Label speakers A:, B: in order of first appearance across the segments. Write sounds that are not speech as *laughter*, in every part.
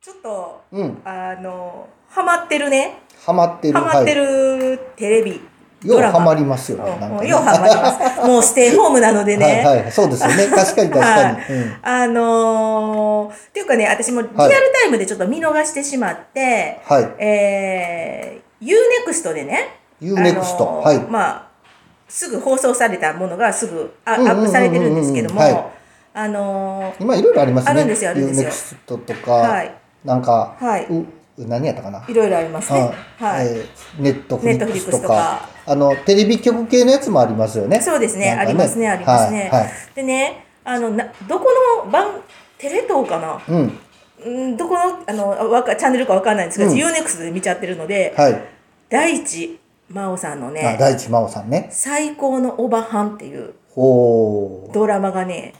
A: ちょっと
B: うん
A: あのハマってるね
B: ハマってる
A: ハマって
B: は
A: るテレビ、
B: い、よう
A: ドラマ
B: ハマりますよねなん
A: も
B: か
A: う
B: ね
A: ようハマり
B: *laughs*
A: ますもうステイホームなのでね、
B: はいはいそうですよ
A: *laughs*
B: ね確かに確かに、うん
A: あのー、っていうかね私もリアルタイムでちょっと見逃してしまって、
B: はい
A: えー、UNEXT でね
B: UNEXT
A: あのー
B: はい
A: まあすぐ放送されたものがすぐあア
B: うんうんうんうん
A: ップされてるんですけども、
B: はい
A: あの
B: 今いろいろありますね
A: あるんですよあるんです
B: よ UNEXT とか、
A: ー、はい
B: なんか、
A: はいう
B: 何やったかない
A: ろいろありますねはい、
B: えーネットフリックスとか
A: Netflix とか
B: あのテレビ局系のやつもありますよね
A: そうですね
B: なんか
A: ありますねありますね
B: はい、はい
A: でねあのなどこの番テレ東かな
B: うん
A: うんどこのあのわかチャンネルかわかんないんですけど、
B: うん
A: UNEXT で見ちゃってるので、
B: はい、
A: 大地真央さんの
B: あ
A: ね
B: 大地真央さんね
A: 「最高のおばはん」っていう
B: おー
A: ドラマがね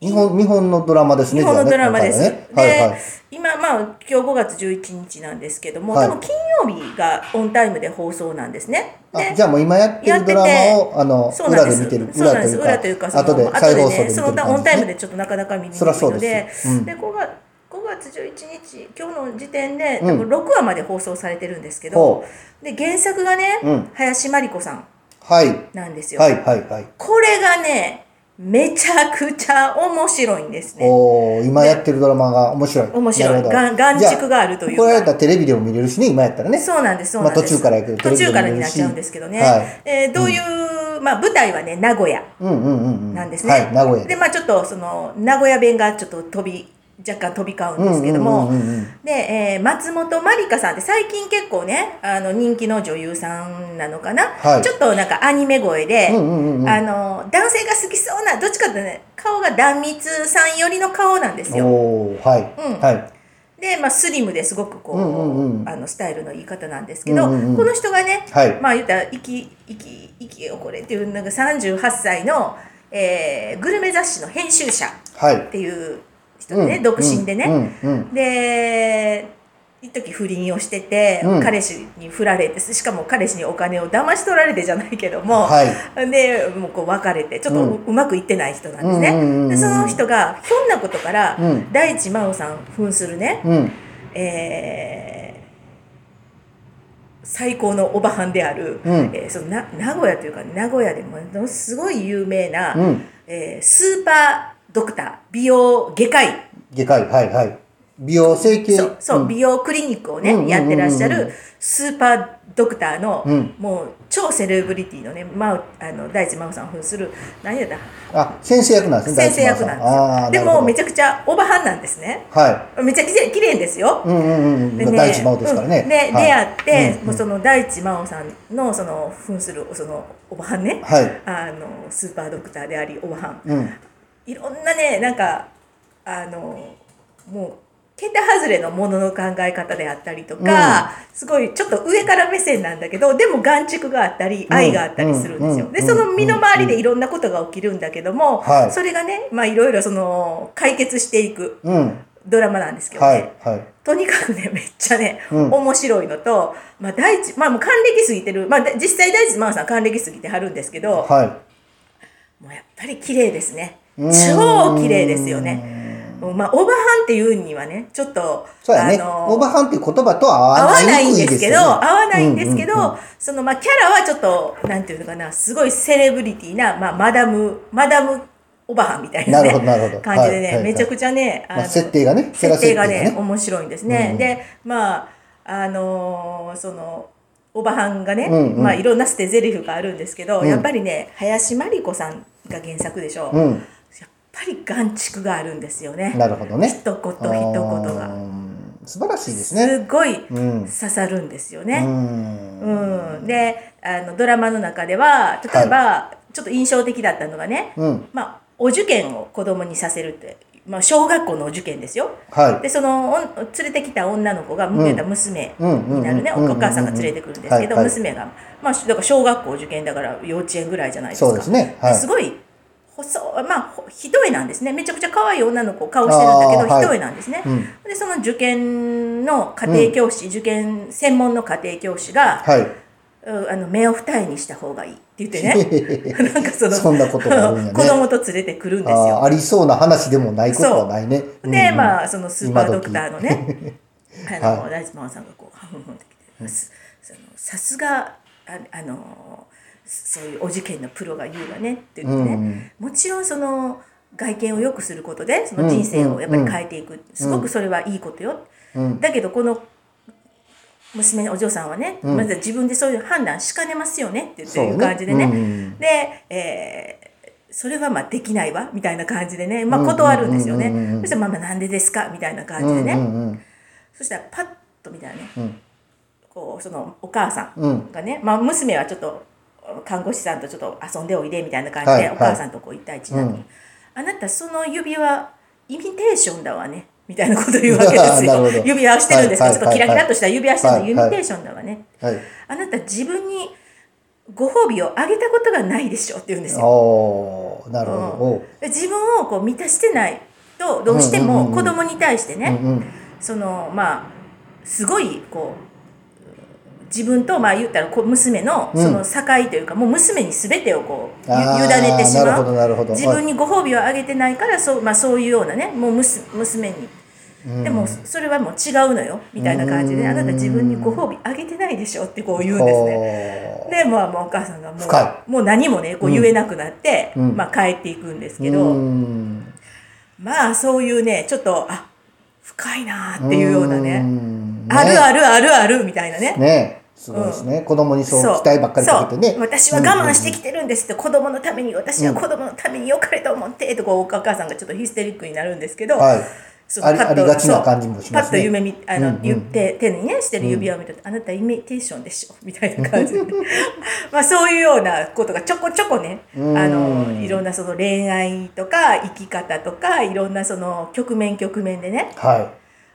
B: 日本日本のドラマですね
A: 日本のドラマです。
B: じゃあね今回はねはいはい
A: で、今、まあ、今日5月11日なんですけども、
B: はい
A: 多分金曜日がオンタイムで放送なんですね。
B: あ
A: で
B: じゃあもう今やって
A: やっ
B: る
A: てて
B: ドラマをあの
A: そうな
B: 裏
A: んで。
B: です見てる
A: そうなんで
B: 裏と
A: す。
B: いう
A: 裏
B: か
A: というか、その
B: 後で再放送で見てる感じ、ね、
A: その他オンタイムでちょっとなかなか見にくい
B: そらそう
A: ので
B: で、すようん
A: で、ここが5月11日、今日の時点で、多
B: うん
A: 分6話まで放送されてるんですけど
B: ほ、
A: で、原作がね、
B: うん
A: 林真理子さん
B: はい
A: なんですよ。
B: はいはいはい
A: これがね、めちゃくちゃ面白いんですね。
B: おー今やってるドラマが面白い
A: 面白い
B: なるほど
A: が眼軸があるというか
B: じゃこれやったらテレビでも見れるしね今やったらね
A: そうなんです、そうなんです。
B: まあ途中からやけど
A: 途中から
B: テレ
A: に
B: ビでも見れ
A: な
B: る
A: っ
B: し
A: ちゃうんですけどね。
B: はい
A: えーどういう、まあ舞台はね、名古屋
B: うんうんうんうん
A: なんですね。
B: はい名古屋
A: で、まあちょっとその、名古屋弁がちょっと飛び、若干飛び交うんですけども、
B: うんうんうんうん
A: で、えー松本まりかさんって最近結構ね、あの人気の女優さんなのかな、
B: はい
A: ちょっとなんかアニメ声で、
B: うんうんうんうん
A: あの男性が好きそうな、どっちかというとね、顔が壇蜜さん寄りの顔なんですよ。
B: おーはい、
A: うん
B: はい
A: で、まあ、スリムですごくこう,、
B: うんうんうん
A: あのスタイルの言い方なんですけど、
B: うんうんうん
A: この人がね、
B: はい
A: まあ言ったら「生き生き生きこれ」っていうのが38歳の、えーグルメ雑誌の編集者っ
B: はい
A: ていう人でね、
B: うん
A: 独身でね、
B: うんうん
A: で一時不倫をしてて、
B: うん
A: 彼氏に振られてしかも彼氏にお金を騙し取られてじゃないけども、
B: はい
A: でもうこう別れてちょっとう,、
B: う
A: まくいってない人なんですね、
B: うんうんうんうん
A: でその人がひょんなことから、
B: うん
A: 大地真央さん扮するね、
B: うん
A: えー最高のおばはんである、
B: うん
A: えーそのな名古屋というか名古屋でものすごい有名な、
B: うん
A: えースーパードクター美容外科医
B: 外科医はいはい美容整形
A: そうそう、
B: ん
A: 美容クリニックをね、
B: うんうんうんうん
A: やってらっしゃるスーパードクターの、
B: うん
A: もう超セレブリティのね、まあ、あの大地真央さん扮する何やった
B: あ先生役なんですね
A: 先生役なんですよでもめち
B: ゃ
A: ゃくちゃおばはんなんですね
B: は
A: めちゃくちゃ綺麗ですよ、
B: いうんうんうん、
A: で
B: まあ第一真央ですからね、
A: うんで、
B: はい
A: 出会って、
B: うん
A: もうその大地真央さんのその扮するそのおばはんね、
B: はい
A: あのスーパードクターでありおばはん
B: うん
A: いろんなねなんかあのもう桁外れのものの考え方であったりとか、すごいちょっと上から目線なんだけどでも眼蓄があったり
B: ん
A: 愛があったりするんですよ。
B: うん
A: で
B: うん
A: その身の回りでいろんなことが起きるんだけども、
B: はい
A: それがね、まあ、いろいろその解決していく
B: うんは
A: ドラマなんですけ
B: い
A: どね。
B: はい
A: とにかくね、めっちゃね、
B: うん
A: 面白いのと、まあ、大地、まあ、もう還暦過ぎてる、まあ、で実際大地真央さん還暦過ぎてはるんですけど、
B: は
A: もうやっぱり綺麗ですね。
B: いうん
A: 超綺麗ですよね。もうまあ、オバハンっていうにはね、ちょっと、
B: そうやね、
A: あの
B: オーバーハンっていう言葉とは
A: 合
B: 合わ
A: わ
B: な
A: ないいんですけど、合わないんですけど、
B: うんうんうん
A: そのまあキャラはちょっと、なんていうのかな、すごいセレブリティな、まあマダム、マダムオバハンみたいな,、
B: なるほどなるほど
A: 感じでね、
B: はいはいはい
A: めちゃくちゃね、あ
B: ま
A: の
B: あ、設定がねキャラ
A: 設定がね
B: 設定が
A: 面白いんですね。
B: うん
A: でまああのーそのおばはんがね、
B: うんうん
A: まあ、いろんな捨て台詞があるんですけど、
B: うん
A: やっぱりね林真理子さんが原作でしょ、
B: う
A: やっ
B: ん
A: ぱり眼蓄があるんですよね。
B: なるほどね
A: 一言一言
B: う
A: が
B: ん素晴らしいですね
A: すごい
B: うん
A: 刺さるんですよ
B: う
A: ね。
B: ん
A: うんであのドラマの中では例えば、ちょっと印象的だったのがね、
B: うん
A: まあ、お受験を子供にさせるって、まあ、小学校のお受験ですよ。
B: は
A: でそのおん連れてきた女の子が向けた娘になるね、
B: うんうんうん
A: お母さんが連れてくるんですけど、
B: はいはい
A: 娘が、まあ、だから小学校受験だから幼稚園ぐらいじゃない
B: い
A: ですか
B: そうですねはい
A: ですごい細まあほひどいなんですねめちゃくちゃ可愛い女の子顔してるんだけど
B: あーはい
A: ひどいなんですね、
B: うん
A: でその受験の家庭教師、受験専門の家庭教師が、
B: はい、
A: うんあの目を二重にした方がいいって言っ
B: *laughs*
A: てね *laughs* なんかその
B: そんなことがあるんや
A: *laughs*
B: ね
A: 子供と連れてくるんですよ
B: あーありそうな話でもないことはないね。うんう
A: で、
B: ん
A: まあ、そのスーパードクターのね、あの、
B: は
A: ライズマンさんがこうハフンフンってきてます。そのさすがああのそういうお事件のプロが言うわねって言ってね、もちろんその外見を良くすることでその人生をやっぱり変えていく、すごくそれはいいことよ、
B: うん
A: だけどこの娘のお嬢さんはね、
B: うん
A: まずは自分でそういう判断しかねますよねって
B: そう
A: い
B: ね
A: う感じでね
B: うん
A: で、えーそれはまあできないわみたいな感じでね、ま
B: う
A: あ、
B: ん
A: 断るんですよね、
B: うんうんうん
A: そしたら「ママなんでですか?」みたいな感
B: う
A: じで
B: ん
A: ね、
B: うん
A: そしたらパッと見たらね
B: うん
A: こうそのお母さん
B: うん
A: がね、まあ、娘はちょっと看護師さんとちょっと遊んでおいでみたいな感じ
B: は
A: で、
B: いはい
A: お母さんとこう一対一になって、
B: うん
A: あなたその指輪イミテーションだわね」みたいなこと言うわけ
B: *laughs*
A: です
B: なるほ
A: よ
B: ど
A: 指輪をしてるんですけど、
B: はいはい
A: ちょっとキラキラっとした指輪してるの、
B: はい
A: イミ
B: はい
A: テーションだわね、
B: はい
A: あなた自分にご褒美をあげたことがないでしょって言うんですよ。
B: おーなるほどおう
A: で自分をこう満たしてないとどうしても
B: うんうんうんうん
A: 子供に対してね、
B: うんうん
A: そのまあすごいこう自分とまあ言ったらこう娘の
B: うん
A: その境というか、もう娘に全てをこうゆ
B: あー
A: 委ねてし
B: なる
A: ま
B: ほど
A: う
B: なるほど
A: 自分にご褒美をあげてないからそう,、まあ、そういうようなねもう娘娘に、
B: はい
A: で
B: う
A: も
B: ん
A: それはもう違うのよみたいな感じで、
B: うん
A: あなた自分にご褒美あげてないでしょってこう言うんですね。
B: ね
A: で、まあ、まあお母さんがも
B: 深
A: うもう何もねこう言えなくなって、
B: うん
A: まあ、帰っていくんですけど、
B: ん
A: まあそういうねちょっとあ深いなーっていうようなね
B: ん
A: あるあるあるあるみたいなね。
B: ねすごいですね、子供にそう期待ばっかりかけてね
A: そう私は我慢してきてるんですって、子供のために私は子供のために良かれと思ってとこうお母さんがちょっとヒステリックになるんですけど、
B: うんはい
A: そ
B: あり
A: パッと
B: ありがちな感じもしま
A: そう
B: すね
A: パッと夢みあの、
B: うんうん
A: 言って手にねしてる指輪を見ると、あなたイミテーションでしょみたいな感じ
B: *laughs*
A: でまあそういうようなことがちょこちょこねあ
B: うん
A: のいろんなその恋愛とか生き方とかいろんなその局面局面でね
B: は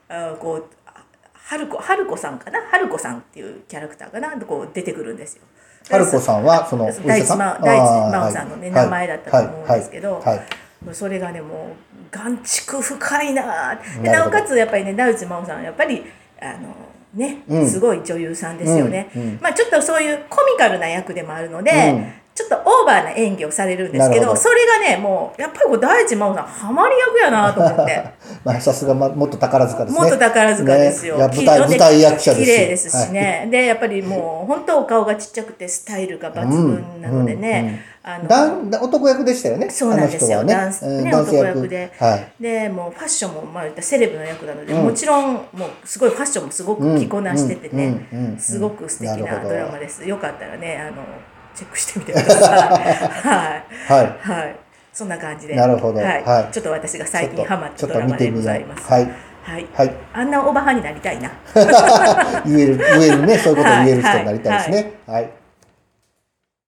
A: あこうあ春子春子さんかな春子さんっていうキャラクターかなこう出てくるんですよ。
B: い春子さんはそのお医
A: 大
B: 者
A: 地
B: さん
A: 真央
B: あー
A: 大地真央さんのね
B: はい
A: 名前だったと思うんですけど
B: はいはいはい
A: それがねもう眼蓄深いなぁで
B: なる
A: な
B: ほ
A: お
B: ど
A: かつやっぱりね大内真央さんはやっぱりあのね、
B: うん
A: すごい女優さんですよね、
B: うんうん
A: まあちょっとそういうコミカルな役でもあるので、
B: うん
A: ちょっとオーバーな演技をされるんですけ
B: な
A: ど
B: るほど
A: それがねもうやっぱりこう大地真央さんハマり役やなと思って。
B: まあさすがまもっと宝塚ですね
A: もっと宝塚ですよ。
B: ねいや
A: き
B: 舞台
A: ので
B: 舞台役者ですし
A: 綺麗ですしね、で、やっぱりもう本当お顔がちっちゃくてスタイルが抜群なのでね。あ
B: はい
A: の
B: 男男役でしたよね
A: そうなんですよ
B: あの人は
A: 男
B: ね
A: 性ね
B: うん男性
A: 男役で
B: はい
A: でもうファッションもまあ言ったらセレブの役なので、
B: うん
A: もちろんもうすごいファッションもすごく着こなしててね、
B: うんうんうんうん
A: すごく素敵
B: なる
A: な
B: ほど
A: ドラマですよかったらねあのチェックしてみてくだ
B: *laughs*
A: さいはい
B: は
A: はいそんな感じで
B: なるほど
A: はい
B: はい
A: ちょっと私が
B: い
A: 最近ハマっ
B: ちょ
A: たド
B: っと
A: ラマ
B: ちょ
A: でご
B: っと見てみよ
A: ざ
B: う
A: います
B: はい
A: はい、
B: はい
A: あんなおばはになりたいな
B: 言える言えるねそういうことを言える人になりたいですねはい